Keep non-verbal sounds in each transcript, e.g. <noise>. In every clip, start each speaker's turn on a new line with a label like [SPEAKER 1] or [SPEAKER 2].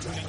[SPEAKER 1] tuning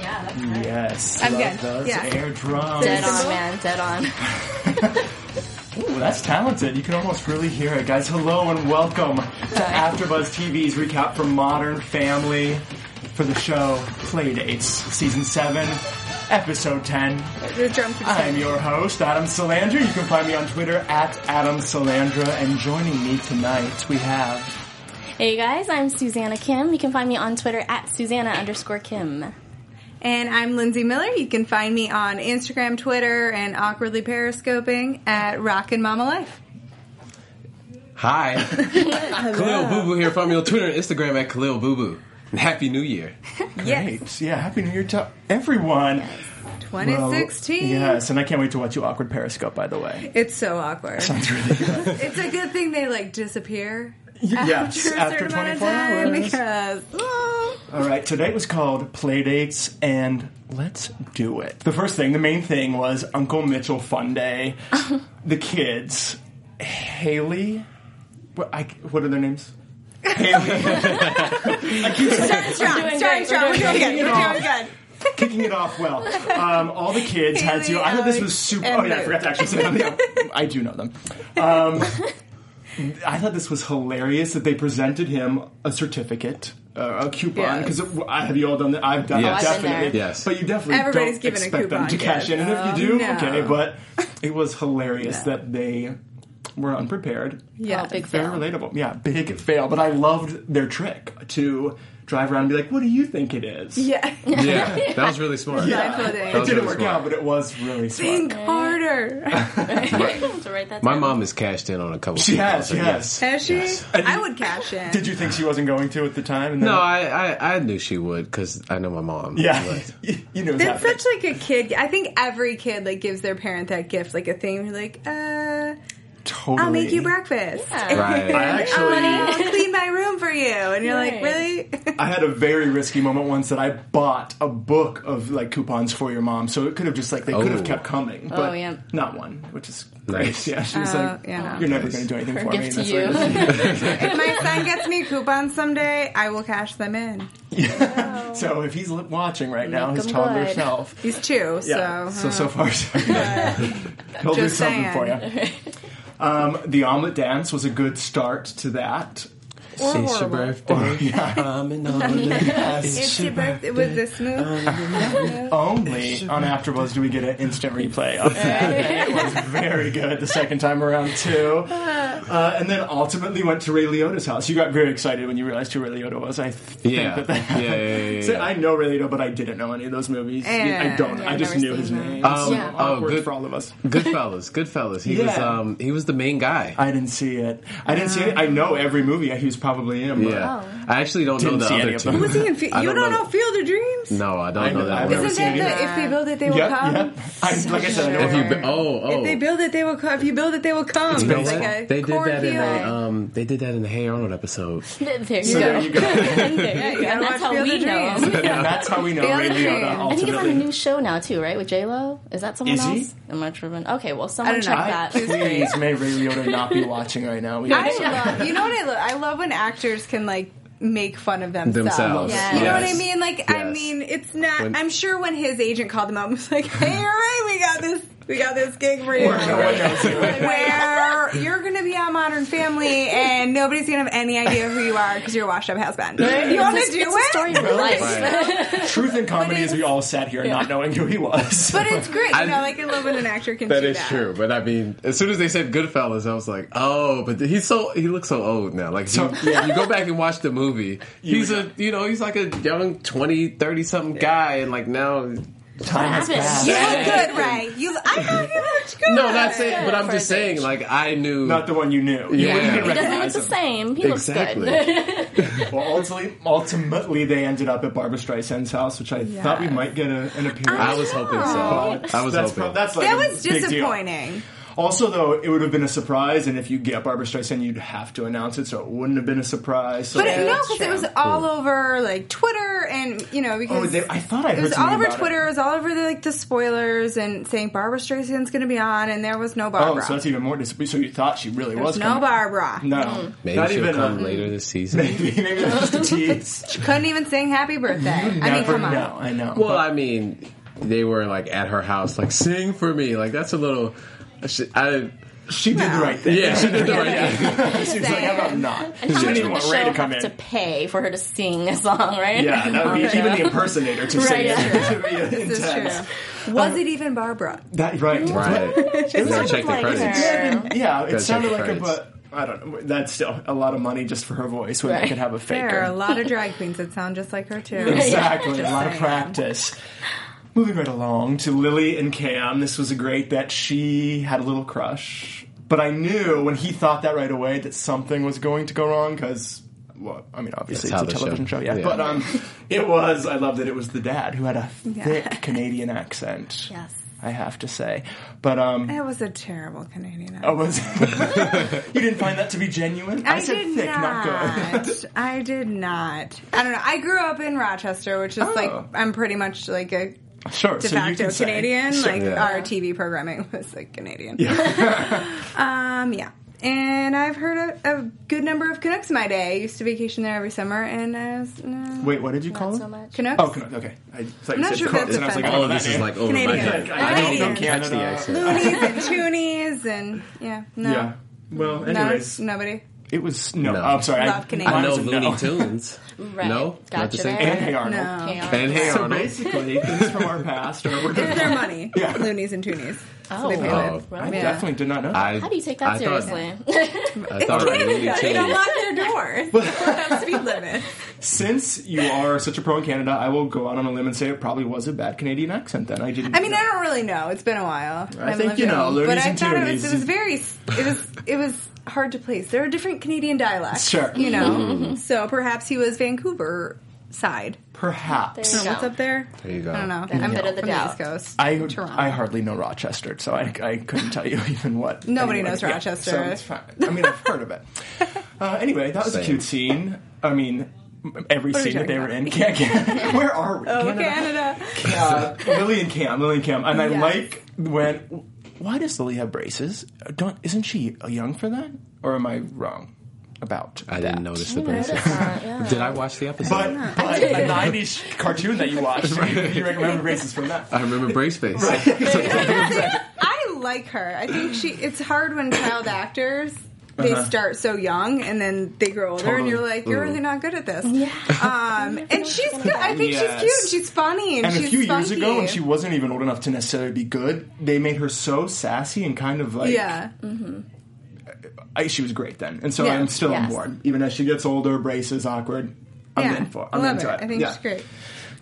[SPEAKER 2] Yeah, that's right.
[SPEAKER 3] Yes.
[SPEAKER 2] I'm
[SPEAKER 3] love
[SPEAKER 2] good.
[SPEAKER 3] Those
[SPEAKER 2] Yeah.
[SPEAKER 3] air drums.
[SPEAKER 2] Dead on,
[SPEAKER 4] Symbol?
[SPEAKER 2] man. Dead on.
[SPEAKER 3] Ooh, that's talented. You can almost really hear it, guys. Hello and welcome to AfterBuzz TV's recap for Modern Family for the show Playdates, Season 7, Episode 10.
[SPEAKER 4] The drum
[SPEAKER 3] I'm your host, Adam Salandra. You can find me on Twitter at Adam Salandra. And joining me tonight, we have...
[SPEAKER 2] Hey guys, I'm Susanna Kim. You can find me on Twitter at Susanna underscore Kim.
[SPEAKER 4] And I'm Lindsay Miller. You can find me on Instagram, Twitter, and awkwardly periscoping at Rockin' Mama Life.
[SPEAKER 3] <laughs>
[SPEAKER 5] Hi. Khalil Boo Boo here. Follow me on Twitter and Instagram at Khalil Boo Boo. And Happy New Year.
[SPEAKER 4] Yes.
[SPEAKER 3] Great. Yeah, Happy New Year to everyone.
[SPEAKER 4] 2016.
[SPEAKER 3] Yes, and I can't wait to watch you Awkward Periscope, by the way.
[SPEAKER 4] It's so awkward. <laughs> it's a good thing they like disappear.
[SPEAKER 3] yes,
[SPEAKER 4] after, a
[SPEAKER 3] after
[SPEAKER 4] certain amount of
[SPEAKER 3] 24
[SPEAKER 4] time
[SPEAKER 3] hours.
[SPEAKER 4] Because, oh.
[SPEAKER 3] All right, today was called Playdates and Let's Do It. The first thing, the main thing was Uncle Mitchell Fun Day. the kids, Haley, what, I, what are their names?
[SPEAKER 4] Starting strong.
[SPEAKER 2] doing
[SPEAKER 4] Starting
[SPEAKER 2] great. We're
[SPEAKER 4] strong. We're doing good. We're doing good.
[SPEAKER 3] Kicking it off well. Um, all the kids had to.
[SPEAKER 4] Haley,
[SPEAKER 3] I thought this
[SPEAKER 4] Alex,
[SPEAKER 3] was super.
[SPEAKER 4] and
[SPEAKER 3] Oh, yeah, I
[SPEAKER 4] Luke.
[SPEAKER 3] forgot to actually say them. I do know them. Um, I thought this was hilarious that they presented him a certificate. Uh, a coupon
[SPEAKER 4] Yes.
[SPEAKER 3] because I have you all done that. I've done
[SPEAKER 5] Yes.
[SPEAKER 3] it
[SPEAKER 2] been
[SPEAKER 5] I've
[SPEAKER 2] there.
[SPEAKER 3] definitely.
[SPEAKER 5] Yes.
[SPEAKER 3] but you definitely
[SPEAKER 4] Everybody's
[SPEAKER 3] don't
[SPEAKER 4] given a
[SPEAKER 3] expect them
[SPEAKER 4] coupon,
[SPEAKER 3] to cash
[SPEAKER 4] kid.
[SPEAKER 3] in. And if
[SPEAKER 4] Oh,
[SPEAKER 3] you do,
[SPEAKER 4] no.
[SPEAKER 3] okay. But it was hilarious that they were unprepared.
[SPEAKER 4] Yeah.
[SPEAKER 2] Oh, big
[SPEAKER 3] Very
[SPEAKER 2] <laughs> fail.
[SPEAKER 3] relatable. Yeah, big fail. But I loved their trick to drive around and be like, "What do you think it is?"
[SPEAKER 4] Yeah.
[SPEAKER 5] <laughs> Yeah, that was really smart.
[SPEAKER 4] Yeah.
[SPEAKER 5] That
[SPEAKER 3] It
[SPEAKER 5] was
[SPEAKER 3] didn't
[SPEAKER 5] really
[SPEAKER 3] work
[SPEAKER 5] smart.
[SPEAKER 3] out, but it was really smart.
[SPEAKER 4] Think harder.
[SPEAKER 2] to write that
[SPEAKER 5] My
[SPEAKER 2] down.
[SPEAKER 5] mom has cashed in on a couple.
[SPEAKER 3] She has,
[SPEAKER 5] people, so
[SPEAKER 3] yes.
[SPEAKER 4] Has she?
[SPEAKER 5] Yes.
[SPEAKER 4] I would cash in.
[SPEAKER 3] Did you think she wasn't going to at the time? And then-
[SPEAKER 5] No, I, I, I knew she would because I know my
[SPEAKER 3] <laughs>
[SPEAKER 5] mom.
[SPEAKER 3] Yeah,
[SPEAKER 5] But-
[SPEAKER 3] <laughs> you know
[SPEAKER 4] That's
[SPEAKER 3] that.
[SPEAKER 4] such like a kid. I think every kid like gives their parent that gift, like a thing. You're like, uh,
[SPEAKER 3] totally.
[SPEAKER 4] I'll make you breakfast.
[SPEAKER 3] <laughs>
[SPEAKER 5] Right.
[SPEAKER 3] I actually,
[SPEAKER 4] I'll clean my room for you, and you're like,
[SPEAKER 2] Right.
[SPEAKER 4] really? <laughs>
[SPEAKER 3] I had a very risky moment once that I bought a book of like coupons for your mom, so it could have just like they could
[SPEAKER 5] Oh.
[SPEAKER 3] have kept coming, but
[SPEAKER 2] yeah.
[SPEAKER 3] not one, which is great. <laughs>
[SPEAKER 5] Nice.
[SPEAKER 3] Yeah, she was like,
[SPEAKER 4] yeah.
[SPEAKER 3] "You're never going to do anything for me."
[SPEAKER 2] Gift to
[SPEAKER 3] and that's
[SPEAKER 2] you.
[SPEAKER 3] what it
[SPEAKER 4] if my son gets me coupons someday, I will cash them in.
[SPEAKER 3] is. So if he's li- watching right now,
[SPEAKER 2] Make
[SPEAKER 3] his
[SPEAKER 2] 'em
[SPEAKER 3] toddler
[SPEAKER 2] good.
[SPEAKER 3] self.
[SPEAKER 4] He's two,
[SPEAKER 3] Yeah.
[SPEAKER 4] so
[SPEAKER 3] So so
[SPEAKER 2] uh-huh.
[SPEAKER 3] far, so good.
[SPEAKER 2] <laughs>
[SPEAKER 3] he'll do
[SPEAKER 4] Just
[SPEAKER 3] something
[SPEAKER 4] saying.
[SPEAKER 3] for you. Um, the omelet dance was a good start to that.
[SPEAKER 5] Since your birthday,
[SPEAKER 3] <laughs>
[SPEAKER 5] I'm an
[SPEAKER 4] it's <laughs> your birthday. Was this move?
[SPEAKER 5] Um,
[SPEAKER 3] Only on AfterBuzz do we get an
[SPEAKER 5] <laughs>
[SPEAKER 3] instant replay of that. it was very good the second time around
[SPEAKER 2] <laughs>
[SPEAKER 3] too, uh, and then ultimately went to Ray Liotta's house. You got very excited when you realized who Ray Liotta was. I think
[SPEAKER 5] Yeah.
[SPEAKER 3] that that
[SPEAKER 5] Yeah, yeah, yeah, yeah,
[SPEAKER 3] So
[SPEAKER 5] yeah.
[SPEAKER 3] I know Ray Liotta, but I didn't know any of those movies. I don't.
[SPEAKER 2] Yeah,
[SPEAKER 3] I
[SPEAKER 2] I've
[SPEAKER 3] just
[SPEAKER 2] never
[SPEAKER 3] knew
[SPEAKER 2] seen
[SPEAKER 3] his
[SPEAKER 2] that.
[SPEAKER 3] name.
[SPEAKER 5] Um,
[SPEAKER 3] so
[SPEAKER 2] Yeah.
[SPEAKER 5] oh,
[SPEAKER 3] awkward
[SPEAKER 5] good-
[SPEAKER 3] for all of us.
[SPEAKER 5] Goodfellas. Goodfellas. He was
[SPEAKER 3] Yeah.
[SPEAKER 5] um he was the main guy.
[SPEAKER 3] I didn't see it. I didn't see it. I know every movie he was probably in. But
[SPEAKER 5] yeah.
[SPEAKER 4] Oh.
[SPEAKER 5] I actually don't know
[SPEAKER 3] Didn't
[SPEAKER 5] the
[SPEAKER 3] see
[SPEAKER 5] other
[SPEAKER 3] any of
[SPEAKER 5] two.
[SPEAKER 3] them.
[SPEAKER 4] Was he in Fe-
[SPEAKER 5] <laughs> I
[SPEAKER 4] you
[SPEAKER 5] don't
[SPEAKER 4] don't
[SPEAKER 5] know.
[SPEAKER 4] know Field of Dreams?
[SPEAKER 5] No, I don't
[SPEAKER 3] I
[SPEAKER 5] know
[SPEAKER 3] know- I've
[SPEAKER 5] that.
[SPEAKER 3] never
[SPEAKER 5] one.
[SPEAKER 4] Isn't
[SPEAKER 3] seen
[SPEAKER 4] that
[SPEAKER 3] it
[SPEAKER 4] the
[SPEAKER 3] either.
[SPEAKER 4] if they build it, they will
[SPEAKER 3] Yep,
[SPEAKER 4] come?
[SPEAKER 3] yep. I, like I said, I know
[SPEAKER 5] If
[SPEAKER 3] every
[SPEAKER 5] you bu- oh oh.
[SPEAKER 4] If they build it, they will come. If you build it, they will come.
[SPEAKER 5] You know
[SPEAKER 4] It's
[SPEAKER 5] what?
[SPEAKER 4] like a
[SPEAKER 5] they did that in
[SPEAKER 4] cornfield.
[SPEAKER 5] the um they did that in the Hey Arnold episode.
[SPEAKER 2] There you
[SPEAKER 3] So
[SPEAKER 2] go. <laughs>
[SPEAKER 3] there you go.
[SPEAKER 2] and there you go.
[SPEAKER 4] gotta
[SPEAKER 2] And that's
[SPEAKER 4] watch
[SPEAKER 2] how
[SPEAKER 4] Field
[SPEAKER 2] we
[SPEAKER 4] of
[SPEAKER 2] know.
[SPEAKER 4] Dreams.
[SPEAKER 2] him.
[SPEAKER 3] <laughs> and that's how we know
[SPEAKER 4] The
[SPEAKER 3] Ray
[SPEAKER 4] other thing.
[SPEAKER 3] Liotta. Ultimately.
[SPEAKER 2] I think it's on a new show now too, right? With J Lo, is that someone
[SPEAKER 3] Is he?
[SPEAKER 2] else? Am I tripping? Okay, well, someone
[SPEAKER 4] don't
[SPEAKER 2] check
[SPEAKER 4] know.
[SPEAKER 3] I-
[SPEAKER 2] that.
[SPEAKER 3] please may Ray Liotta not be watching right now. We
[SPEAKER 4] I love, you know what I love? I love when actors can like make fun of themselves.
[SPEAKER 5] Themselves.
[SPEAKER 2] Yes.
[SPEAKER 4] You know what I
[SPEAKER 5] Yes.
[SPEAKER 4] mean? Like, I
[SPEAKER 5] Yes.
[SPEAKER 4] mean, it's not.
[SPEAKER 5] When-
[SPEAKER 4] I'm sure when his agent called him up, and was like, "Hey, all right, we got this We got this gig for you. Where you're going to be on Modern Family and nobody's going to have any idea who you are because you're a washed up husband. You want to
[SPEAKER 2] It's-
[SPEAKER 4] do
[SPEAKER 2] it's
[SPEAKER 4] it?
[SPEAKER 2] a story of our
[SPEAKER 3] <laughs>
[SPEAKER 2] life. <laughs>
[SPEAKER 3] Truth in comedy is we all sat here not knowing who he was.
[SPEAKER 4] But it's great. You
[SPEAKER 5] I-
[SPEAKER 4] know, like I love when an actor can
[SPEAKER 5] That
[SPEAKER 4] do
[SPEAKER 5] is
[SPEAKER 4] that.
[SPEAKER 5] true, but I mean, as soon as they said Goodfellas, I was like, "Oh!" But he's so—he looks so old now. Like, he,
[SPEAKER 3] So- yeah.
[SPEAKER 5] you go back and watch the <laughs> movie, he's a—you know—he's like a young 20, 30 something guy, and like now, no,
[SPEAKER 3] Time has
[SPEAKER 2] Happened.
[SPEAKER 3] passed.
[SPEAKER 4] You look good, Ray. You, I thought you looked good.
[SPEAKER 5] not saying, but I'm
[SPEAKER 2] For
[SPEAKER 5] just
[SPEAKER 2] his
[SPEAKER 5] saying,
[SPEAKER 2] age.
[SPEAKER 5] like, I knew
[SPEAKER 3] Not the one you knew. You
[SPEAKER 5] Yeah.
[SPEAKER 3] wouldn't even
[SPEAKER 5] He
[SPEAKER 2] He doesn't look
[SPEAKER 3] recognize
[SPEAKER 2] the
[SPEAKER 3] him.
[SPEAKER 2] same. He
[SPEAKER 5] exactly.
[SPEAKER 2] looks good.
[SPEAKER 3] Well, ultimately, ultimately, they ended up at Barbara Streisand's house, which I thought we might get a, an appearance.
[SPEAKER 5] I was hoping so. I was
[SPEAKER 3] that's
[SPEAKER 5] hoping.
[SPEAKER 3] pro- that's like
[SPEAKER 4] That
[SPEAKER 3] a
[SPEAKER 4] was
[SPEAKER 3] big deal.
[SPEAKER 4] disappointing.
[SPEAKER 3] Also, though, it would have been a surprise, and if you get Barbara Streisand, you'd have to announce it, so it wouldn't have been a surprise. So
[SPEAKER 4] But it, no,
[SPEAKER 2] that's
[SPEAKER 4] because
[SPEAKER 2] true.
[SPEAKER 4] it was all over like Twitter and you know because
[SPEAKER 3] Oh, they- I thought I
[SPEAKER 4] it
[SPEAKER 3] heard
[SPEAKER 4] was all
[SPEAKER 3] something
[SPEAKER 4] over
[SPEAKER 3] about it.
[SPEAKER 4] Twitter. It. was all over the, like the spoilers and saying Barbara Streisand's going to be on, and there was no
[SPEAKER 3] oh,
[SPEAKER 4] Barbara.
[SPEAKER 3] so that's even more disappointing. So you thought she really
[SPEAKER 4] there
[SPEAKER 3] was
[SPEAKER 4] was no
[SPEAKER 3] coming.
[SPEAKER 4] Barbara.
[SPEAKER 3] No,
[SPEAKER 5] Maybe
[SPEAKER 3] not
[SPEAKER 5] she'll
[SPEAKER 3] even
[SPEAKER 5] come
[SPEAKER 3] a,
[SPEAKER 5] later this season.
[SPEAKER 3] <laughs> Maybe maybe that's just a tease.
[SPEAKER 4] She couldn't even sing Happy Birthday. I mean, come on.
[SPEAKER 3] No, I know.
[SPEAKER 5] <laughs> Well, I mean, they were like at her house, like sing for me. Like that's a little. She, I
[SPEAKER 3] she did the <laughs> right thing.
[SPEAKER 5] yeah, <laughs> she did the right thing.
[SPEAKER 3] <laughs> She was like, how about not?
[SPEAKER 2] <laughs> And how
[SPEAKER 3] She
[SPEAKER 2] much
[SPEAKER 3] didn't
[SPEAKER 2] would the
[SPEAKER 3] want
[SPEAKER 2] show
[SPEAKER 3] Ray to come
[SPEAKER 2] have
[SPEAKER 3] in.
[SPEAKER 2] to pay for her to sing a song, right?
[SPEAKER 3] Yeah, that
[SPEAKER 2] <laughs>
[SPEAKER 3] would be even the impersonator to sing
[SPEAKER 2] Right,
[SPEAKER 3] it. <laughs>
[SPEAKER 2] yeah.
[SPEAKER 3] It would be
[SPEAKER 4] This is
[SPEAKER 3] intense.
[SPEAKER 4] true. Was it even Barbara?
[SPEAKER 3] That right,
[SPEAKER 5] Right. You gotta check the
[SPEAKER 2] like
[SPEAKER 5] credits.
[SPEAKER 2] her.
[SPEAKER 3] Yeah, it
[SPEAKER 5] check
[SPEAKER 3] sounded
[SPEAKER 5] the
[SPEAKER 3] like a
[SPEAKER 5] credits.
[SPEAKER 3] but. I don't know. That's still a lot of money just for her voice when they
[SPEAKER 2] Right.
[SPEAKER 3] could have a faker.
[SPEAKER 4] There are a lot of drag queens that sound just like her
[SPEAKER 3] <laughs>
[SPEAKER 4] too.
[SPEAKER 3] Exactly, a lot of practice. Moving right along to Lily and Cam. This was a great that she had a little crush, but I knew when he thought that right away that something was going to go wrong because. Well, I mean, obviously
[SPEAKER 5] That's
[SPEAKER 3] it's a
[SPEAKER 5] how the
[SPEAKER 3] television show,
[SPEAKER 5] show-
[SPEAKER 3] yeah.
[SPEAKER 5] yeah.
[SPEAKER 3] But um, it was. I love that it was the dad who had a thick Canadian accent.
[SPEAKER 4] <laughs> Yes.
[SPEAKER 3] I have to say. But um,
[SPEAKER 4] That was a terrible Canadian.
[SPEAKER 3] I was. <laughs> you didn't find that to be genuine.
[SPEAKER 4] I,
[SPEAKER 3] Oh, said
[SPEAKER 4] did
[SPEAKER 3] thick,
[SPEAKER 4] not.
[SPEAKER 3] good.
[SPEAKER 4] I did not. I don't know. I grew up in Rochester, which is
[SPEAKER 3] Oh.
[SPEAKER 4] like I'm pretty much like a de
[SPEAKER 3] Sure, so you
[SPEAKER 4] facto
[SPEAKER 3] can say-
[SPEAKER 4] Canadian.
[SPEAKER 3] Sure.
[SPEAKER 4] like
[SPEAKER 5] Yeah.
[SPEAKER 4] our TV programming was like Canadian. Yeah. <laughs> um. Yeah. And I've heard a, a good number of Canucks in my day. I used to vacation there every summer, and I was uh,
[SPEAKER 3] Wait, what did you call
[SPEAKER 2] Not
[SPEAKER 3] him?
[SPEAKER 2] so much.
[SPEAKER 4] Canucks.
[SPEAKER 3] Oh, Canucks. <laughs> Okay, I thought you
[SPEAKER 4] not
[SPEAKER 3] said
[SPEAKER 4] sure if
[SPEAKER 3] Cooks,
[SPEAKER 4] that's
[SPEAKER 3] and I was like,
[SPEAKER 4] offensive.
[SPEAKER 3] oh,
[SPEAKER 5] All of this
[SPEAKER 3] that
[SPEAKER 5] is
[SPEAKER 3] name.
[SPEAKER 5] like over my
[SPEAKER 4] Canadian.
[SPEAKER 5] head.
[SPEAKER 3] I don't know
[SPEAKER 4] Canadian.
[SPEAKER 5] That's the
[SPEAKER 3] Canada.
[SPEAKER 5] accent.
[SPEAKER 4] Loonies and Toonies, and yeah, no,
[SPEAKER 3] Yeah. Well,
[SPEAKER 4] no,
[SPEAKER 3] anyways,
[SPEAKER 4] nobody.
[SPEAKER 3] it was no.
[SPEAKER 5] No.
[SPEAKER 3] I'm sorry. I-
[SPEAKER 4] Love Canadian.
[SPEAKER 5] I
[SPEAKER 3] mine
[SPEAKER 5] know
[SPEAKER 3] was a
[SPEAKER 5] Looney
[SPEAKER 3] no.
[SPEAKER 5] Tunes.
[SPEAKER 2] Right.
[SPEAKER 5] No,
[SPEAKER 2] Gotcha
[SPEAKER 5] not the same.
[SPEAKER 3] And
[SPEAKER 2] there.
[SPEAKER 3] <laughs> Hey Arnold.
[SPEAKER 4] No,
[SPEAKER 2] Okay,
[SPEAKER 5] And hey,
[SPEAKER 3] So
[SPEAKER 5] Arnold.
[SPEAKER 3] basically, things from our past are. We're
[SPEAKER 4] it's their money.
[SPEAKER 3] <laughs> Yeah.
[SPEAKER 4] Loonies and Toonies.
[SPEAKER 2] Oh,
[SPEAKER 4] they pay
[SPEAKER 5] Oh.
[SPEAKER 4] it.
[SPEAKER 3] I
[SPEAKER 2] Really?
[SPEAKER 4] Yeah.
[SPEAKER 3] definitely did not know. that.
[SPEAKER 5] I,
[SPEAKER 2] How do you take that
[SPEAKER 5] I thought-
[SPEAKER 2] seriously? <laughs>
[SPEAKER 5] I
[SPEAKER 4] <laughs>
[SPEAKER 5] thought it was Looney
[SPEAKER 4] They don't
[SPEAKER 5] Tunes.
[SPEAKER 4] lock their
[SPEAKER 3] <laughs>
[SPEAKER 4] doors. They're on speed limit.
[SPEAKER 3] Since you are such a pro in Canada, I will go out on a limb and say it probably was a bad Canadian accent. Then I didn't.
[SPEAKER 4] I mean, I don't really know. It's been a while.
[SPEAKER 3] I
[SPEAKER 4] haven't
[SPEAKER 3] think,
[SPEAKER 4] lived
[SPEAKER 3] you
[SPEAKER 4] at
[SPEAKER 3] know,
[SPEAKER 4] home.
[SPEAKER 3] loonies
[SPEAKER 4] but I
[SPEAKER 3] and
[SPEAKER 4] thought it was,
[SPEAKER 3] toonies.
[SPEAKER 4] it was very, s- it was, it was hard to place. There are different Canadian dialects,
[SPEAKER 3] Sure.
[SPEAKER 4] you
[SPEAKER 2] Mm-hmm.
[SPEAKER 4] know. so perhaps he was Vancouver side.
[SPEAKER 3] perhaps.
[SPEAKER 4] I don't know what's up there.
[SPEAKER 5] There you go.
[SPEAKER 4] I don't know.
[SPEAKER 2] Benefit
[SPEAKER 4] I'm
[SPEAKER 2] of the
[SPEAKER 4] from
[SPEAKER 2] doubt.
[SPEAKER 4] East Coast.
[SPEAKER 3] I,
[SPEAKER 4] Toronto.
[SPEAKER 3] I hardly know Rochester, so I, I couldn't tell you <laughs> even what.
[SPEAKER 4] Nobody
[SPEAKER 3] anyone-
[SPEAKER 4] knows
[SPEAKER 3] yeah,
[SPEAKER 4] Rochester.
[SPEAKER 3] so it's fine. I mean, I've heard of
[SPEAKER 4] <laughs>
[SPEAKER 3] it. Uh, anyway, that was a
[SPEAKER 5] Same.
[SPEAKER 3] cute scene. I mean, m- every
[SPEAKER 4] are we
[SPEAKER 3] scene that they
[SPEAKER 4] talking
[SPEAKER 3] were
[SPEAKER 4] about?
[SPEAKER 3] in. Can, can, <laughs> where are we?
[SPEAKER 4] Oh,
[SPEAKER 3] Canada.
[SPEAKER 4] Canada.
[SPEAKER 3] Uh, Lily and Cam, Lily and Cam, and I
[SPEAKER 4] Yes.
[SPEAKER 3] like when. Why does Lily have braces? Uh, Don't isn't she young for that? Or am I wrong about
[SPEAKER 5] I
[SPEAKER 3] that?
[SPEAKER 5] didn't notice the
[SPEAKER 2] Notice
[SPEAKER 5] braces.
[SPEAKER 2] that, yeah.
[SPEAKER 5] Did I watch the episode?
[SPEAKER 3] But, but the '90s cartoon that you watched,
[SPEAKER 5] <laughs>
[SPEAKER 3] you recommend braces from that.
[SPEAKER 5] I
[SPEAKER 3] <laughs>
[SPEAKER 5] remember Brace Face.
[SPEAKER 4] I like her. I think she. It's hard when child actors they start so young and then they grow older, and
[SPEAKER 3] Uh-huh. Totally.
[SPEAKER 4] you're like, you're really not good at this. Yeah. Um, and she's good. I think
[SPEAKER 3] Yes.
[SPEAKER 4] she's cute. She's funny, and,
[SPEAKER 3] And
[SPEAKER 4] she's
[SPEAKER 3] a few years
[SPEAKER 4] spunky.
[SPEAKER 3] ago, when she wasn't even old enough to necessarily be good, they made her so sassy and kind of like
[SPEAKER 4] yeah,
[SPEAKER 3] I, she was great then. And so
[SPEAKER 4] Yeah.
[SPEAKER 3] I'm still on
[SPEAKER 2] Yes.
[SPEAKER 3] board, even as she gets older, braces, awkward. I'm
[SPEAKER 4] yeah.
[SPEAKER 3] in for.
[SPEAKER 4] I
[SPEAKER 3] I'm
[SPEAKER 4] love
[SPEAKER 3] into
[SPEAKER 4] her.
[SPEAKER 3] it.
[SPEAKER 4] I think
[SPEAKER 3] Yeah.
[SPEAKER 4] she's great.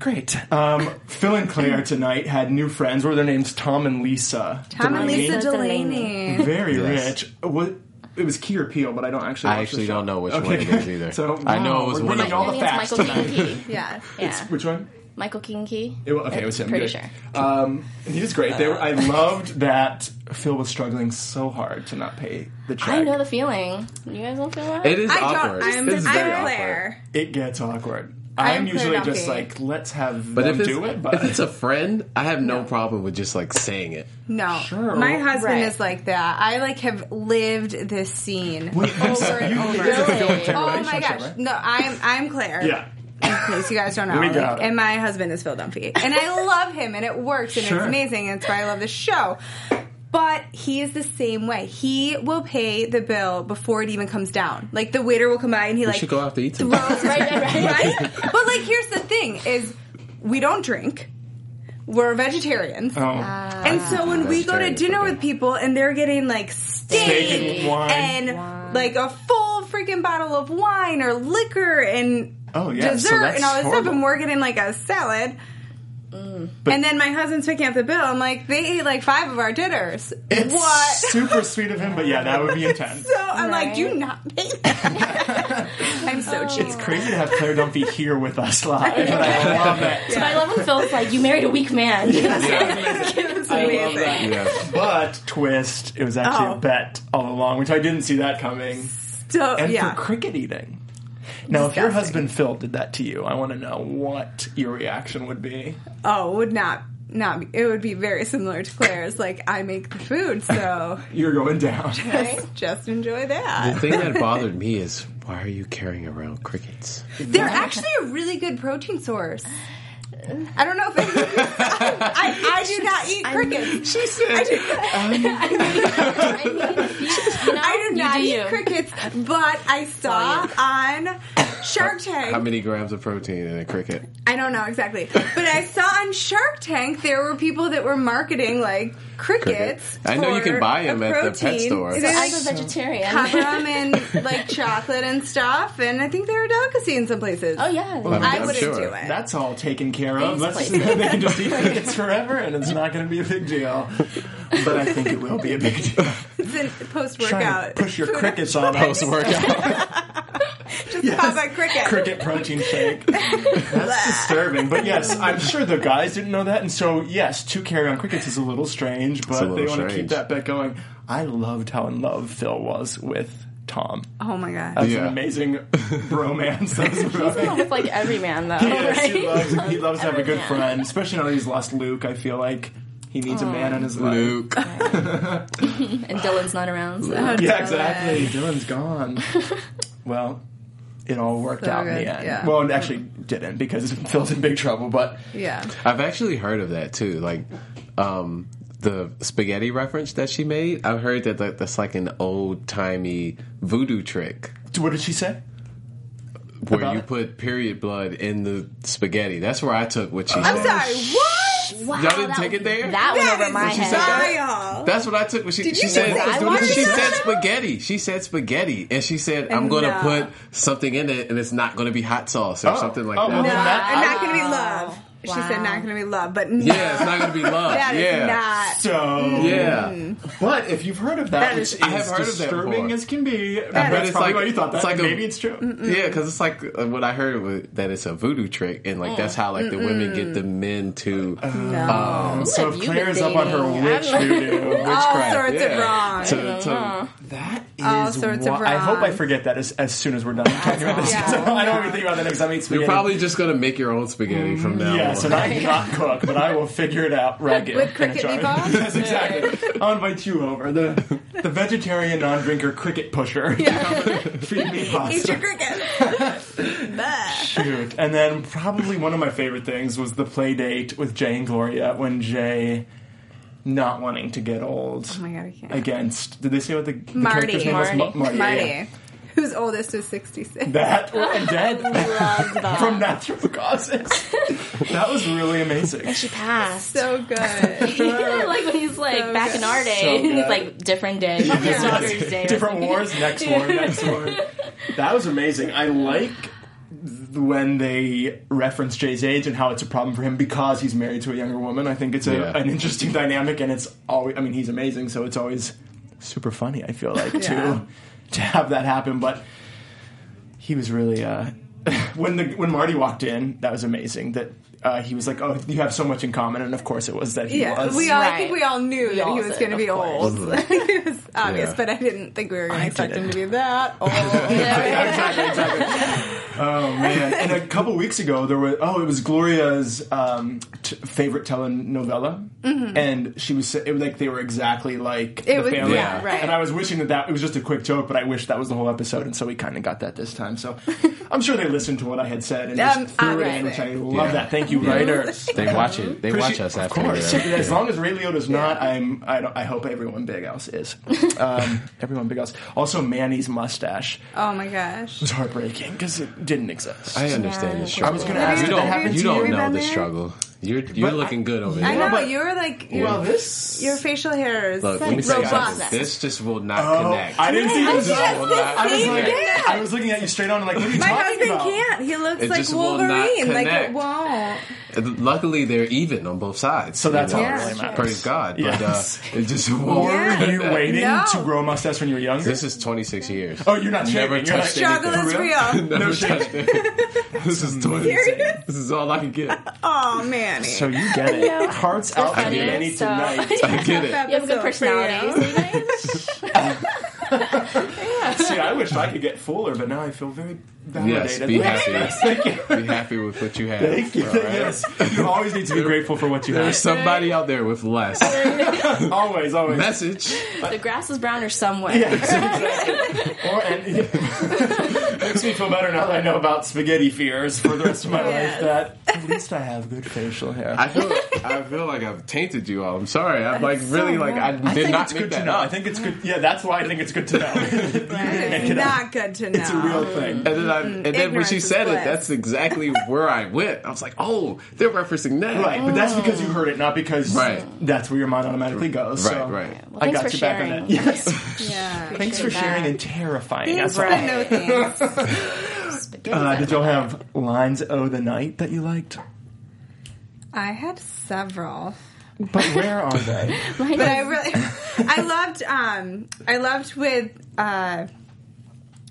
[SPEAKER 3] Great. Um, Phil and
[SPEAKER 4] <laughs>
[SPEAKER 3] Claire tonight had new friends. What were their names? Tom and Lisa.
[SPEAKER 4] Tom and
[SPEAKER 3] Delaney?
[SPEAKER 4] Lisa
[SPEAKER 2] Delaney.
[SPEAKER 3] <laughs>
[SPEAKER 4] Delaney.
[SPEAKER 3] Very
[SPEAKER 5] Yes.
[SPEAKER 3] rich. What? It was Key or Peele, but I don't actually. watch
[SPEAKER 5] I
[SPEAKER 3] the
[SPEAKER 5] actually
[SPEAKER 3] show.
[SPEAKER 5] don't know which
[SPEAKER 3] Okay.
[SPEAKER 5] one it is either.
[SPEAKER 3] So
[SPEAKER 5] I
[SPEAKER 3] wow,
[SPEAKER 5] know it was
[SPEAKER 3] we're
[SPEAKER 5] one of
[SPEAKER 3] reading all
[SPEAKER 2] I
[SPEAKER 3] the
[SPEAKER 2] think
[SPEAKER 5] them.
[SPEAKER 2] it's
[SPEAKER 3] facts
[SPEAKER 2] Michael
[SPEAKER 3] <laughs> tonight.
[SPEAKER 2] Kinky.
[SPEAKER 4] Yeah.
[SPEAKER 2] Yeah.
[SPEAKER 3] Which one?
[SPEAKER 2] Michael Kinky.
[SPEAKER 3] It, okay, it was him.
[SPEAKER 2] Pretty
[SPEAKER 3] Good.
[SPEAKER 2] sure.
[SPEAKER 3] Um, he was great. They were, I loved that Phil was struggling so hard to not pay the check.
[SPEAKER 2] I know the feeling. You guys don't feel that?
[SPEAKER 5] It is
[SPEAKER 4] I
[SPEAKER 5] awkward.
[SPEAKER 4] don't. I'm,
[SPEAKER 5] it's
[SPEAKER 4] I'm
[SPEAKER 5] very awkward.
[SPEAKER 4] Claire.
[SPEAKER 3] it gets awkward.
[SPEAKER 4] I
[SPEAKER 3] I'm
[SPEAKER 4] am
[SPEAKER 3] usually
[SPEAKER 4] Claire
[SPEAKER 3] just
[SPEAKER 4] Duffy.
[SPEAKER 3] like, let's have
[SPEAKER 5] But
[SPEAKER 3] them
[SPEAKER 5] if it's,
[SPEAKER 3] do it. But
[SPEAKER 5] if it's a friend, I have no problem with just like saying it.
[SPEAKER 4] No,
[SPEAKER 3] Sure.
[SPEAKER 4] my husband
[SPEAKER 2] Right.
[SPEAKER 4] is like that. I like have lived this scene
[SPEAKER 3] Wait, I'm
[SPEAKER 4] over
[SPEAKER 3] sorry,
[SPEAKER 4] and
[SPEAKER 3] you-
[SPEAKER 4] over.
[SPEAKER 2] it's a Phil and Claire
[SPEAKER 4] oh my
[SPEAKER 3] relationship,
[SPEAKER 4] gosh!
[SPEAKER 3] right?
[SPEAKER 4] No, I'm I'm Claire.
[SPEAKER 3] <laughs> Yeah.
[SPEAKER 4] in case you guys don't know.
[SPEAKER 3] We got it.
[SPEAKER 4] And my husband is Phil Dunphy. And
[SPEAKER 3] <laughs>
[SPEAKER 4] I love him, and it works, and
[SPEAKER 3] Sure.
[SPEAKER 4] it's amazing, and that's why I love this show. But he is the same way. He will pay the bill before it even comes down. Like the waiter will come by and he like
[SPEAKER 5] should go out to eat some.
[SPEAKER 4] throws
[SPEAKER 2] Right, right, right.
[SPEAKER 4] right?
[SPEAKER 3] <laughs>
[SPEAKER 4] But like, here's the thing: is we don't drink. We're vegetarians,
[SPEAKER 3] Oh.
[SPEAKER 4] and so when we go to
[SPEAKER 5] Vegetarians,
[SPEAKER 4] dinner
[SPEAKER 5] okay.
[SPEAKER 4] with people and they're getting like steak,
[SPEAKER 3] Steak and wine.
[SPEAKER 4] and like a full freaking bottle of wine or liquor and
[SPEAKER 3] Oh, yeah, so
[SPEAKER 4] dessert
[SPEAKER 3] that's
[SPEAKER 4] and all this stuff,
[SPEAKER 3] horrible.
[SPEAKER 4] and we're getting like a salad. and then my husband's picking up the bill. I'm like, they ate like five of our dinners.
[SPEAKER 3] It's
[SPEAKER 4] what? <laughs>
[SPEAKER 3] super sweet of him, but yeah, that would be intense.
[SPEAKER 4] So I'm like,
[SPEAKER 2] Right.
[SPEAKER 4] do not pay that. <laughs> I'm so cheap.
[SPEAKER 3] It's crazy to have Claire Dunphy here with us live. and I love it.
[SPEAKER 2] But I love when Phil's like, "You married a weak man." <laughs>
[SPEAKER 4] it's amazing.
[SPEAKER 5] Yeah.
[SPEAKER 3] But twist, it was actually
[SPEAKER 4] Oh.
[SPEAKER 3] a bet all along, which I didn't see that coming.
[SPEAKER 4] So
[SPEAKER 3] And
[SPEAKER 4] yeah.
[SPEAKER 3] for cricket eating. Now, if your
[SPEAKER 4] Disgusting.
[SPEAKER 3] husband Phil did that to you, I want to know what your reaction would be.
[SPEAKER 4] Oh, it would not not be, it would be very similar to Claire's. Like I make the food, so
[SPEAKER 3] You're going
[SPEAKER 4] <laughs>
[SPEAKER 3] down.
[SPEAKER 4] just, just enjoy
[SPEAKER 5] The
[SPEAKER 4] that.
[SPEAKER 5] thing that bothered me is why are you carrying around crickets?
[SPEAKER 4] They're actually a really good protein source. <sighs> I don't know if it, I, <laughs> I do not eat crickets.
[SPEAKER 3] She said,
[SPEAKER 2] I mean, you know,
[SPEAKER 4] I do
[SPEAKER 2] you
[SPEAKER 4] not
[SPEAKER 2] do
[SPEAKER 4] eat
[SPEAKER 2] you.
[SPEAKER 4] crickets, but I saw on Shark Tank.
[SPEAKER 5] How many grams of protein in a cricket?
[SPEAKER 4] I don't know exactly, but I saw on Shark Tank there were people that were marketing like crickets.
[SPEAKER 5] I know you
[SPEAKER 4] for
[SPEAKER 5] can buy
[SPEAKER 4] a
[SPEAKER 5] 'em at the pet
[SPEAKER 4] protein.
[SPEAKER 5] store.
[SPEAKER 4] They're,
[SPEAKER 2] I'm
[SPEAKER 4] like,
[SPEAKER 2] a vegetarian.
[SPEAKER 4] cover 'em in like chocolate and stuff, and I think they're a delicacy in some places.
[SPEAKER 2] <laughs> oh yeah.
[SPEAKER 5] Well,
[SPEAKER 4] I
[SPEAKER 5] I'm
[SPEAKER 4] wouldn't
[SPEAKER 5] sure.
[SPEAKER 4] do it.
[SPEAKER 3] that's all taken care
[SPEAKER 2] These
[SPEAKER 3] of. Let's <laughs> just,
[SPEAKER 2] places.
[SPEAKER 3] they can just eat crickets forever, and it's not going to be a big deal. But I think it will
[SPEAKER 5] <laughs>
[SPEAKER 3] be a big deal.
[SPEAKER 4] it's a post
[SPEAKER 3] Trying to
[SPEAKER 4] workout.
[SPEAKER 3] push your crickets on us.
[SPEAKER 5] Post workout.
[SPEAKER 4] Pop a cricket.
[SPEAKER 3] cricket protein shake. That's disturbing.
[SPEAKER 4] <laughs>
[SPEAKER 3] But yes, I'm sure the guys didn't know that. And so, yes, two carry on crickets is a little strange, but
[SPEAKER 5] little
[SPEAKER 3] they want to keep
[SPEAKER 5] strange.
[SPEAKER 3] that bet going. I loved how in love Phil was with Tom.
[SPEAKER 4] Oh my god.
[SPEAKER 3] That's an <laughs>
[SPEAKER 5] Yeah.
[SPEAKER 3] amazing romance. That was
[SPEAKER 2] He's
[SPEAKER 3] really.
[SPEAKER 2] almost like every man though,
[SPEAKER 3] Yes,
[SPEAKER 2] right?
[SPEAKER 3] he loves, he loves to have a good friend, especially now that he's lost Luke. I feel like he needs a man in his life.
[SPEAKER 5] Luke.
[SPEAKER 2] And Dylan's not around. So.
[SPEAKER 3] Yeah, exactly. Dylan's gone. well, it all worked
[SPEAKER 4] So
[SPEAKER 3] out in
[SPEAKER 4] good,
[SPEAKER 3] the end.
[SPEAKER 4] yeah.
[SPEAKER 3] Well, it actually didn't because <laughs> Phil's in big trouble, but
[SPEAKER 4] Yeah.
[SPEAKER 5] I've actually heard of that too. Like um, the spaghetti reference that she made. I've heard that like, that's like an old timey voodoo trick
[SPEAKER 3] what did she say?
[SPEAKER 5] where
[SPEAKER 3] About
[SPEAKER 5] you
[SPEAKER 3] it?
[SPEAKER 5] put period blood in the spaghetti. That's where I took what she
[SPEAKER 4] I'm
[SPEAKER 5] said.
[SPEAKER 4] sorry. What?
[SPEAKER 2] Wow,
[SPEAKER 5] Y'all didn't
[SPEAKER 2] that-
[SPEAKER 5] take it there?
[SPEAKER 2] That went
[SPEAKER 4] That
[SPEAKER 2] over
[SPEAKER 4] is
[SPEAKER 2] my
[SPEAKER 5] said that?
[SPEAKER 2] head.
[SPEAKER 4] vile.
[SPEAKER 5] That's what I took. She,
[SPEAKER 4] Did
[SPEAKER 5] she
[SPEAKER 4] you
[SPEAKER 5] said
[SPEAKER 4] think I wanted
[SPEAKER 5] she
[SPEAKER 4] to
[SPEAKER 5] said
[SPEAKER 4] know?
[SPEAKER 5] spaghetti. She said spaghetti, and she said I'm going to
[SPEAKER 4] No.
[SPEAKER 5] put something in it, and it's not going to be hot sauce or
[SPEAKER 3] Oh.
[SPEAKER 5] something like
[SPEAKER 3] Oh,
[SPEAKER 5] that.
[SPEAKER 3] well, then that-
[SPEAKER 4] And not gonna be love. She
[SPEAKER 2] Wow.
[SPEAKER 4] said not gonna be love, but no.
[SPEAKER 5] Yeah, it's not going to be love.
[SPEAKER 4] That is
[SPEAKER 5] yeah,
[SPEAKER 4] not. Mm.
[SPEAKER 3] So
[SPEAKER 5] yeah.
[SPEAKER 3] but if you've heard of that,
[SPEAKER 4] That
[SPEAKER 3] which
[SPEAKER 4] is-
[SPEAKER 3] is
[SPEAKER 5] I have heard of that
[SPEAKER 3] disturbing
[SPEAKER 5] before.
[SPEAKER 3] as can be, but
[SPEAKER 4] is-
[SPEAKER 3] that's
[SPEAKER 5] It's
[SPEAKER 3] probably
[SPEAKER 5] like-
[SPEAKER 3] why you thought that.
[SPEAKER 5] it's like a-
[SPEAKER 3] maybe it's true.
[SPEAKER 5] Yeah, because it's like uh, what I heard was that it's a voodoo trick, and like that's how like the women get the men to um,
[SPEAKER 3] So
[SPEAKER 2] have
[SPEAKER 3] if
[SPEAKER 2] you been
[SPEAKER 3] Claire's up on her
[SPEAKER 2] dating?
[SPEAKER 3] witch
[SPEAKER 2] I'm-
[SPEAKER 3] voodoo,
[SPEAKER 4] All
[SPEAKER 3] witchcraft,
[SPEAKER 4] sorts
[SPEAKER 5] yeah.
[SPEAKER 4] of wrong.
[SPEAKER 5] to, to
[SPEAKER 3] that is.
[SPEAKER 4] All sorts of
[SPEAKER 3] wi- I hope I
[SPEAKER 4] wrong.
[SPEAKER 3] forget that as, as soon as we're
[SPEAKER 4] <laughs>
[SPEAKER 3] done talking about this.
[SPEAKER 4] Yeah.
[SPEAKER 3] 'cause <laughs> I don't even think about that next time I eat spaghetti.
[SPEAKER 5] you're probably just gonna make your own spaghetti from now on.
[SPEAKER 3] Yes, and I cannot cook, but I will figure it out ragged.
[SPEAKER 4] With cricket
[SPEAKER 3] <laughs>
[SPEAKER 4] meatballs?
[SPEAKER 3] yes, exactly. I'll invite you over, the the vegetarian non-drinker cricket
[SPEAKER 4] <laughs>
[SPEAKER 3] pusher. <laughs> Feed me
[SPEAKER 5] <laughs>
[SPEAKER 3] pasta.
[SPEAKER 4] Eat your cricket. Bah.
[SPEAKER 3] Shoot. And then probably one of my favorite things was the play date with Jay and Gloria when Jay not wanting to get old. Oh
[SPEAKER 4] my God, I can't.
[SPEAKER 3] Against did they say what the, the
[SPEAKER 4] Marty.
[SPEAKER 3] character's name was?
[SPEAKER 2] Marty.
[SPEAKER 3] Ma- Marty. yeah,
[SPEAKER 4] Marty,
[SPEAKER 3] yeah.
[SPEAKER 4] whose oldest is 66.
[SPEAKER 3] That or and
[SPEAKER 4] <laughs>
[SPEAKER 3] dead
[SPEAKER 2] Love that.
[SPEAKER 3] from natural causes. that was really amazing.
[SPEAKER 2] she passed.
[SPEAKER 4] So
[SPEAKER 2] <laughs>
[SPEAKER 4] good.
[SPEAKER 2] like when he's like
[SPEAKER 4] So
[SPEAKER 2] back in our day,
[SPEAKER 3] So good.
[SPEAKER 2] he's like different
[SPEAKER 3] <laughs>
[SPEAKER 2] day, his daughter's day, or
[SPEAKER 3] Different
[SPEAKER 2] something.
[SPEAKER 3] wars, next war, next war. <laughs> That was amazing. I like th- when they reference Jay's age and how it's a problem for him because he's married to a younger woman. I think it's a,
[SPEAKER 5] Yeah.
[SPEAKER 3] an interesting dynamic, and it's always. I mean, he's amazing, so it's always super funny. I feel like
[SPEAKER 4] Yeah.
[SPEAKER 3] to to have that happen, but <laughs> he was really. Uh, when the when Marty walked in, that was amazing. That uh, he was like, "Oh, you have so much in common," and of course it was that he
[SPEAKER 4] Yeah,
[SPEAKER 3] was.
[SPEAKER 4] we all, I
[SPEAKER 6] Right.
[SPEAKER 4] think we all knew that
[SPEAKER 6] all
[SPEAKER 4] he was
[SPEAKER 6] did,
[SPEAKER 4] going to be
[SPEAKER 6] of
[SPEAKER 4] old.
[SPEAKER 6] course.
[SPEAKER 4] <laughs> it was obvious,
[SPEAKER 5] Yeah.
[SPEAKER 4] but I didn't think we were going
[SPEAKER 3] I
[SPEAKER 4] to expect him
[SPEAKER 3] didn't.
[SPEAKER 4] to be that old.
[SPEAKER 3] Yeah, exactly, exactly. <laughs> oh man! And a couple weeks ago, there was oh, it was Gloria's um, t- favorite telenovela, and she was it, was like they were exactly like
[SPEAKER 4] Mm-hmm. It
[SPEAKER 3] the
[SPEAKER 4] was-
[SPEAKER 3] family.
[SPEAKER 5] yeah,
[SPEAKER 4] right.
[SPEAKER 3] And I was wishing that that it was just a quick joke, but I wish that was the whole episode, and so we kind of got that this time.
[SPEAKER 4] <laughs>
[SPEAKER 3] So I'm sure they listened to what I had said and just
[SPEAKER 4] Um,
[SPEAKER 3] threw it in, which I
[SPEAKER 4] obviously.
[SPEAKER 3] love
[SPEAKER 5] Yeah.
[SPEAKER 3] that. Thank you, writers.
[SPEAKER 5] <laughs> They watch it. They watch
[SPEAKER 3] Appreciate-
[SPEAKER 5] us
[SPEAKER 3] of
[SPEAKER 5] after.
[SPEAKER 3] course.
[SPEAKER 5] we're-
[SPEAKER 3] As long as Ray Liotta's not, I'm. I, don't, I hope everyone big else is. Um,
[SPEAKER 4] <laughs>
[SPEAKER 3] everyone big else. Also, Manny's mustache
[SPEAKER 4] <laughs> oh my
[SPEAKER 3] <laughs>
[SPEAKER 4] gosh.
[SPEAKER 3] was heartbreaking because it didn't exist.
[SPEAKER 5] I uh, understand
[SPEAKER 2] Yeah.
[SPEAKER 5] the struggle.
[SPEAKER 3] I was gonna ask
[SPEAKER 5] you
[SPEAKER 3] if that happened
[SPEAKER 5] don't.
[SPEAKER 3] to
[SPEAKER 5] You don't
[SPEAKER 4] you,
[SPEAKER 5] know
[SPEAKER 4] Ben
[SPEAKER 5] the
[SPEAKER 4] Mayer?
[SPEAKER 5] struggle. You're you're
[SPEAKER 3] But
[SPEAKER 5] looking good over
[SPEAKER 4] I
[SPEAKER 5] there.
[SPEAKER 4] know,
[SPEAKER 3] but-
[SPEAKER 4] you were like, your,
[SPEAKER 3] well, this
[SPEAKER 4] your facial hair is
[SPEAKER 5] Look, let
[SPEAKER 4] like
[SPEAKER 5] me say
[SPEAKER 4] robust.
[SPEAKER 5] something. This just will not
[SPEAKER 3] Oh,
[SPEAKER 5] connect.
[SPEAKER 3] I didn't see this.
[SPEAKER 4] Yes,
[SPEAKER 3] at all.
[SPEAKER 4] this
[SPEAKER 3] I was
[SPEAKER 4] same
[SPEAKER 3] like,
[SPEAKER 4] dad.
[SPEAKER 3] I was looking at you straight on, like, what are you
[SPEAKER 4] My
[SPEAKER 3] talking
[SPEAKER 4] husband
[SPEAKER 3] about?
[SPEAKER 4] can't. He looks
[SPEAKER 5] It
[SPEAKER 4] like
[SPEAKER 5] just will not
[SPEAKER 4] Wolverine. Like, it
[SPEAKER 5] connect.
[SPEAKER 4] won't.
[SPEAKER 5] Luckily, they're even on both sides.
[SPEAKER 3] So that's
[SPEAKER 5] you
[SPEAKER 3] all
[SPEAKER 5] know?
[SPEAKER 4] that really matters.
[SPEAKER 5] Praise God.
[SPEAKER 3] Yes.
[SPEAKER 5] But uh, it just
[SPEAKER 3] Or
[SPEAKER 5] won't.
[SPEAKER 4] Yeah.
[SPEAKER 3] were you waiting
[SPEAKER 4] No.
[SPEAKER 3] to grow a mustache when you were younger?
[SPEAKER 5] This is 26 years.
[SPEAKER 3] oh, you're not
[SPEAKER 5] Never
[SPEAKER 3] shaving. You're
[SPEAKER 5] touched
[SPEAKER 3] like,
[SPEAKER 4] Struggle
[SPEAKER 3] <laughs>
[SPEAKER 4] is real.
[SPEAKER 5] <laughs> Never
[SPEAKER 3] No shame.
[SPEAKER 5] touched it. This is 26.
[SPEAKER 4] Serious?
[SPEAKER 5] This is all I can get.
[SPEAKER 4] Oh, Manny.
[SPEAKER 3] So you get it. Hearts out for
[SPEAKER 5] funny,
[SPEAKER 3] Manny
[SPEAKER 6] so-
[SPEAKER 3] tonight.
[SPEAKER 5] I get it.
[SPEAKER 2] You have a good personality. So you guys,
[SPEAKER 3] See, I wish I could get fuller, but now I feel very
[SPEAKER 5] Yes,
[SPEAKER 3] validated.
[SPEAKER 5] be
[SPEAKER 3] Yes,
[SPEAKER 5] happy.
[SPEAKER 3] <laughs> Thank you.
[SPEAKER 5] Be happy with what you have.
[SPEAKER 3] Thank you.
[SPEAKER 5] all right?
[SPEAKER 3] <laughs> Yes, you always need to be grateful for what you
[SPEAKER 5] There's
[SPEAKER 3] have.
[SPEAKER 5] somebody out there with less. <laughs>
[SPEAKER 3] Always, always.
[SPEAKER 5] Message.
[SPEAKER 2] the grass is browner somewhere.
[SPEAKER 3] Or, and, <laughs> makes me feel better now that I know about spaghetti fears for the rest of
[SPEAKER 2] Oh,
[SPEAKER 3] my
[SPEAKER 4] Yes.
[SPEAKER 3] life. That at least I have good facial hair.
[SPEAKER 5] I feel I feel like I've tainted you all. I'm sorry. I'm like really like I did
[SPEAKER 3] I think
[SPEAKER 5] not
[SPEAKER 3] it's
[SPEAKER 5] make
[SPEAKER 3] good to
[SPEAKER 5] that
[SPEAKER 3] know. I
[SPEAKER 5] up.
[SPEAKER 3] think it's good. Yeah, that's why I think it's good
[SPEAKER 2] <laughs>
[SPEAKER 3] to know.
[SPEAKER 4] It's not good to know.
[SPEAKER 3] it's a real thing.
[SPEAKER 5] And then, I, and then when
[SPEAKER 4] ignorance
[SPEAKER 5] she
[SPEAKER 4] is
[SPEAKER 5] said it,
[SPEAKER 4] bliss.
[SPEAKER 5] that's exactly where I went. I was like, oh, they're referencing that.
[SPEAKER 3] Right, but that's because you heard it, not because
[SPEAKER 5] Right.
[SPEAKER 3] that's where your mind automatically goes.
[SPEAKER 5] Right,
[SPEAKER 3] so
[SPEAKER 5] right.
[SPEAKER 2] Well,
[SPEAKER 3] I
[SPEAKER 2] thanks
[SPEAKER 3] got
[SPEAKER 2] for
[SPEAKER 3] you
[SPEAKER 2] sharing.
[SPEAKER 3] back on that. Yes. <laughs>
[SPEAKER 4] Yeah.
[SPEAKER 3] Thanks for
[SPEAKER 2] Appreciate
[SPEAKER 3] sharing
[SPEAKER 2] that.
[SPEAKER 3] and terrifying us.
[SPEAKER 4] Thanks for
[SPEAKER 3] all.
[SPEAKER 4] no thanks.
[SPEAKER 3] Uh, did y'all have lines o the night that you liked?
[SPEAKER 4] I had several.
[SPEAKER 3] But where
[SPEAKER 2] <laughs>
[SPEAKER 3] are they?
[SPEAKER 2] Mine
[SPEAKER 4] but I
[SPEAKER 2] was-
[SPEAKER 4] really, I loved, um, I loved with, uh,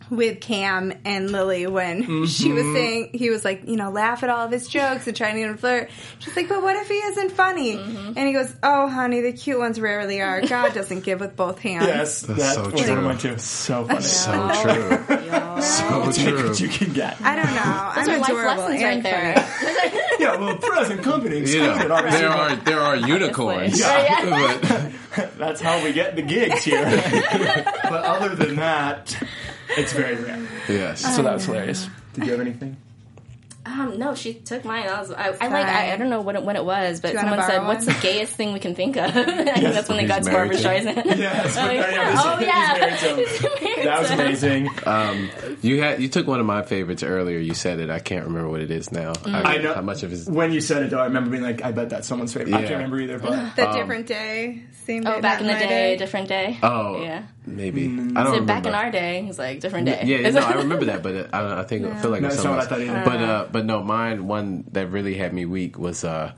[SPEAKER 4] with Cam and Lily when she
[SPEAKER 2] Mm-hmm.
[SPEAKER 4] was saying he was like, you know, laugh at all of his jokes and trying to get him to flirt. She's like, but what if he isn't funny?
[SPEAKER 2] Mm-hmm.
[SPEAKER 4] And he goes, oh, honey, the cute ones rarely are. God doesn't give with both hands.
[SPEAKER 3] yes,
[SPEAKER 5] That's
[SPEAKER 3] that
[SPEAKER 5] so
[SPEAKER 3] was one of
[SPEAKER 5] true.
[SPEAKER 3] mine too. So funny.
[SPEAKER 5] So true. so
[SPEAKER 3] Take what you
[SPEAKER 5] true.
[SPEAKER 3] can get.
[SPEAKER 4] I don't know. I'm
[SPEAKER 2] Those are
[SPEAKER 4] adorable.
[SPEAKER 2] life lessons right
[SPEAKER 4] and
[SPEAKER 2] there.
[SPEAKER 4] funny.
[SPEAKER 3] Yeah, well, present company
[SPEAKER 5] You
[SPEAKER 3] excluded.
[SPEAKER 5] know,
[SPEAKER 3] obviously.
[SPEAKER 5] there are there are unicorns.
[SPEAKER 2] Yeah.
[SPEAKER 5] <laughs> But
[SPEAKER 3] That's how we get the gigs <laughs> here. but other than that, it's very rare.
[SPEAKER 5] yes.
[SPEAKER 3] So that was hilarious. Did you have anything?
[SPEAKER 2] Um, no, she took mine. I was, I, I like, I, I don't know what it, when it was, but
[SPEAKER 4] you wanna
[SPEAKER 2] someone said,
[SPEAKER 4] borrow
[SPEAKER 2] "What's the
[SPEAKER 3] <laughs>
[SPEAKER 4] one?"
[SPEAKER 2] gayest thing we can think of?" <laughs> I think that's when they
[SPEAKER 5] He's
[SPEAKER 2] got to Barbara
[SPEAKER 5] married
[SPEAKER 2] Streisand.
[SPEAKER 3] Yes.
[SPEAKER 2] Oh, <laughs> yeah.
[SPEAKER 3] this-
[SPEAKER 2] Oh, yeah. <laughs>
[SPEAKER 3] he's married to him.
[SPEAKER 2] Married
[SPEAKER 3] That was
[SPEAKER 2] to-
[SPEAKER 3] amazing.
[SPEAKER 5] Uh, You had you took one of my favorites earlier. You said it. I can't remember what it is now.
[SPEAKER 3] Mm. I know
[SPEAKER 5] how much of his.
[SPEAKER 3] When you said it, though, I remember being like, "I bet that's someone's favorite." I
[SPEAKER 5] Yeah.
[SPEAKER 3] can't remember either, but
[SPEAKER 4] The different day, same day.
[SPEAKER 2] Um, Oh, back in the
[SPEAKER 4] not my
[SPEAKER 2] day, different day.
[SPEAKER 5] Oh,
[SPEAKER 2] yeah.
[SPEAKER 5] maybe
[SPEAKER 3] Mm.
[SPEAKER 5] I don't
[SPEAKER 2] So
[SPEAKER 5] remember.
[SPEAKER 2] back in our day, it's like different day.
[SPEAKER 5] Yeah, yeah,
[SPEAKER 2] <laughs>
[SPEAKER 5] no, I remember that, but uh, I, don't- I think I feel like
[SPEAKER 3] No,
[SPEAKER 5] it's
[SPEAKER 3] it's
[SPEAKER 5] something
[SPEAKER 3] not what I
[SPEAKER 5] else.
[SPEAKER 3] thought either.
[SPEAKER 5] But uh, but no, mine one that really had me weak was uh,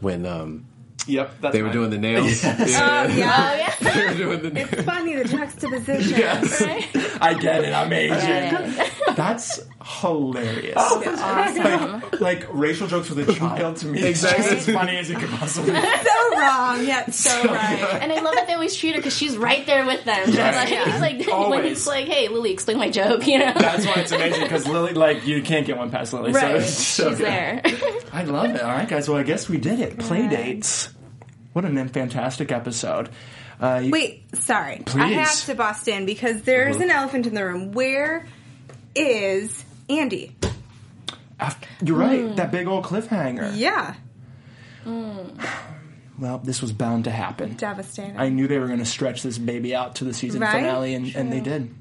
[SPEAKER 5] when um,
[SPEAKER 3] yep, that's
[SPEAKER 5] they were
[SPEAKER 3] mine.
[SPEAKER 5] doing the nails. <laughs> Yeah,
[SPEAKER 4] Yeah.
[SPEAKER 2] <laughs> Oh yeah,
[SPEAKER 3] <laughs>
[SPEAKER 5] they were doing the nails.
[SPEAKER 4] It's funny the juxtaposition.
[SPEAKER 3] Yes,
[SPEAKER 5] <laughs>
[SPEAKER 2] right.
[SPEAKER 3] I get it. Amazing.
[SPEAKER 2] <laughs> Right.
[SPEAKER 3] That's hilarious.
[SPEAKER 2] Oh.
[SPEAKER 3] like, like racial jokes with a child to me. is
[SPEAKER 5] Exactly.
[SPEAKER 3] just as funny as it could possibly. be.
[SPEAKER 4] So wrong, yet so right.
[SPEAKER 2] And I love that they always treat her because she's right there with them. She's
[SPEAKER 3] Yes.
[SPEAKER 2] like,
[SPEAKER 3] Yeah.
[SPEAKER 2] like when
[SPEAKER 3] Always.
[SPEAKER 2] he's like, "Hey, Lily, explain my joke," you know.
[SPEAKER 3] That's why it's amazing because Lily, like, you can't get one past Lily. So,
[SPEAKER 2] <laughs> right.
[SPEAKER 3] it's so
[SPEAKER 2] she's
[SPEAKER 3] good.
[SPEAKER 2] there. <laughs>
[SPEAKER 3] I love it. All right, guys. Well, I guess we did it. Play dates. What an fantastic episode. Uh, you-
[SPEAKER 4] Wait, sorry. I
[SPEAKER 3] Please.
[SPEAKER 4] have to bust in because there's an elephant in the room. Where is Andy?
[SPEAKER 3] af- you're right.
[SPEAKER 4] Hmm.
[SPEAKER 3] That big old cliffhanger.
[SPEAKER 4] Yeah.
[SPEAKER 3] Well, this was bound to happen.
[SPEAKER 4] Devastating.
[SPEAKER 3] I knew they were going to stretch this baby out to the season
[SPEAKER 4] Right?
[SPEAKER 3] finale, and, and they did.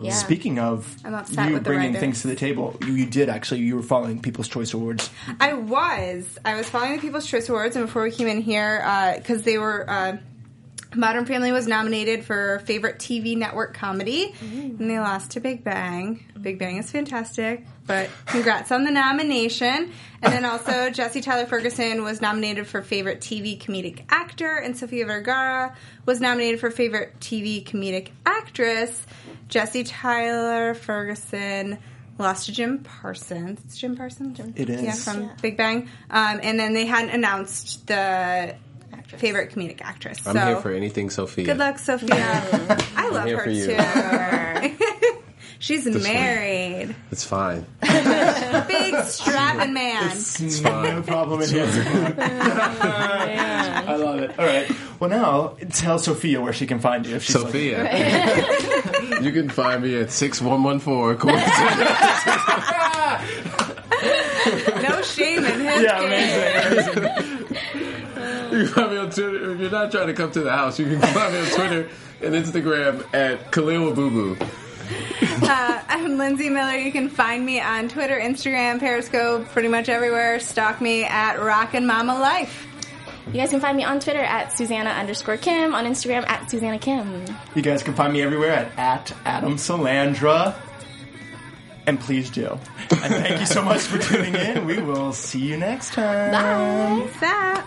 [SPEAKER 2] Yeah.
[SPEAKER 3] Speaking of
[SPEAKER 4] I'm upset
[SPEAKER 3] you
[SPEAKER 4] with the
[SPEAKER 3] bringing
[SPEAKER 4] writers.
[SPEAKER 3] things to the table, you, you did actually. You were following People's Choice Awards.
[SPEAKER 4] I was. I was following the People's Choice Awards, and before we came in here, because they were. Uh, Modern Family was nominated for favorite TV network comedy, and they lost to Big Bang. Big Bang is fantastic, but congrats on the nomination. And
[SPEAKER 2] <laughs>
[SPEAKER 4] then also Jesse Tyler Ferguson was nominated for favorite TV comedic actor, and Sofia Vergara was nominated for favorite TV comedic actress. Jesse Tyler Ferguson lost to Jim Parsons. It's Jim Parsons.
[SPEAKER 3] It is.
[SPEAKER 4] Yeah, from
[SPEAKER 2] Yeah.
[SPEAKER 4] Big Bang. Um, and then they hadn't announced the
[SPEAKER 2] Actress.
[SPEAKER 4] favorite comedic actress.
[SPEAKER 5] I'm
[SPEAKER 4] so
[SPEAKER 5] here for anything, Sophia.
[SPEAKER 4] good luck, Sophia. I love
[SPEAKER 5] here
[SPEAKER 4] her
[SPEAKER 5] for you.
[SPEAKER 4] too. <laughs> She's married.
[SPEAKER 5] It's fine.
[SPEAKER 4] Big strapping man.
[SPEAKER 3] It's no problem in here. I love it. All right. Well, now tell Sophia where she can find you. If she's like-
[SPEAKER 5] Sophia. <laughs> you can find me
[SPEAKER 2] <laughs>
[SPEAKER 5] at 6114
[SPEAKER 4] No shame in his
[SPEAKER 3] yeah,
[SPEAKER 4] game.
[SPEAKER 3] amazing.
[SPEAKER 5] You can <laughs> find me on Twitter. If you're not trying to come to the house, you can find me on Twitter and Instagram at Khalil Boo Boo.
[SPEAKER 4] Uh, I'm Lindsay Miller. You can find me on Twitter, Instagram, Periscope, pretty much everywhere. Stalk me at Rockin' Mama Life.
[SPEAKER 2] You guys can find me on Twitter at Susanna underscore Kim, on Instagram at Susanna Kim.
[SPEAKER 3] You guys can find me everywhere at, at Adam Solandra. And please do. And thank you so much for tuning in. We will see you next time.
[SPEAKER 4] What's that?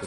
[SPEAKER 6] The